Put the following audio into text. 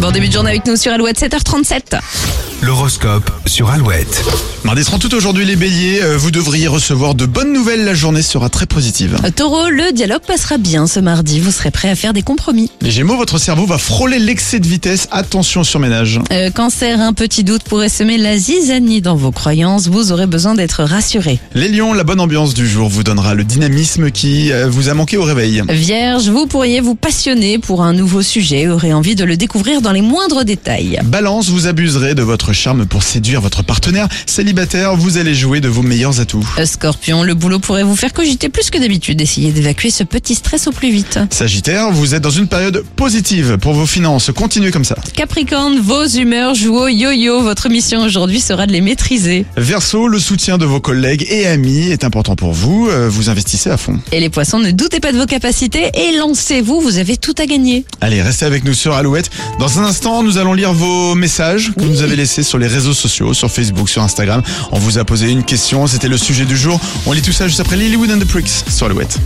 Bon début de journée avec nous sur Alouette 7h37. L'horoscope sur Alouette. Mardi seront tout aujourd'hui les béliers, euh, vous devriez recevoir de bonnes nouvelles, la journée sera très positive. Euh, Taureau, le dialogue passera bien ce mardi, vous serez prêt à faire des compromis. Les gémeaux, votre cerveau va frôler l'excès de vitesse, attention sur ménage. Euh, cancer, un petit doute pourrait semer la zizanie dans vos croyances, vous aurez besoin d'être rassuré. Les lions, la bonne ambiance du jour vous donnera le dynamisme qui euh, vous a manqué au réveil. Vierge, vous pourriez vous passionner pour un nouveau sujet, aurez envie de le découvrir dans les moindres détails. Balance, vous abuserez de votre charme pour séduire votre partenaire. Célibataire, vous allez jouer de vos meilleurs atouts. Euh, Scorpion, le boulot pourrait vous faire cogiter plus que d'habitude, essayez d'évacuer ce petit stress au plus vite. Sagittaire, vous êtes dans une période positive pour vos finances, continuez comme ça. Capricorne, vos humeurs jouent au yo-yo, votre mission aujourd'hui sera de les maîtriser. Verseau, le soutien de vos collègues et amis est important pour vous, euh, vous investissez à fond. Et les poissons, ne doutez pas de vos capacités et lancez-vous, vous avez tout à gagner. Allez, restez avec nous sur Alouette. Dans un instant, nous allons lire vos messages que vous nous avez laissés sur les réseaux sociaux, sur Facebook, sur Instagram. On vous a posé une question, c'était le sujet du jour. On lit tout ça juste après Lilywood and the Pricks sur Alouette.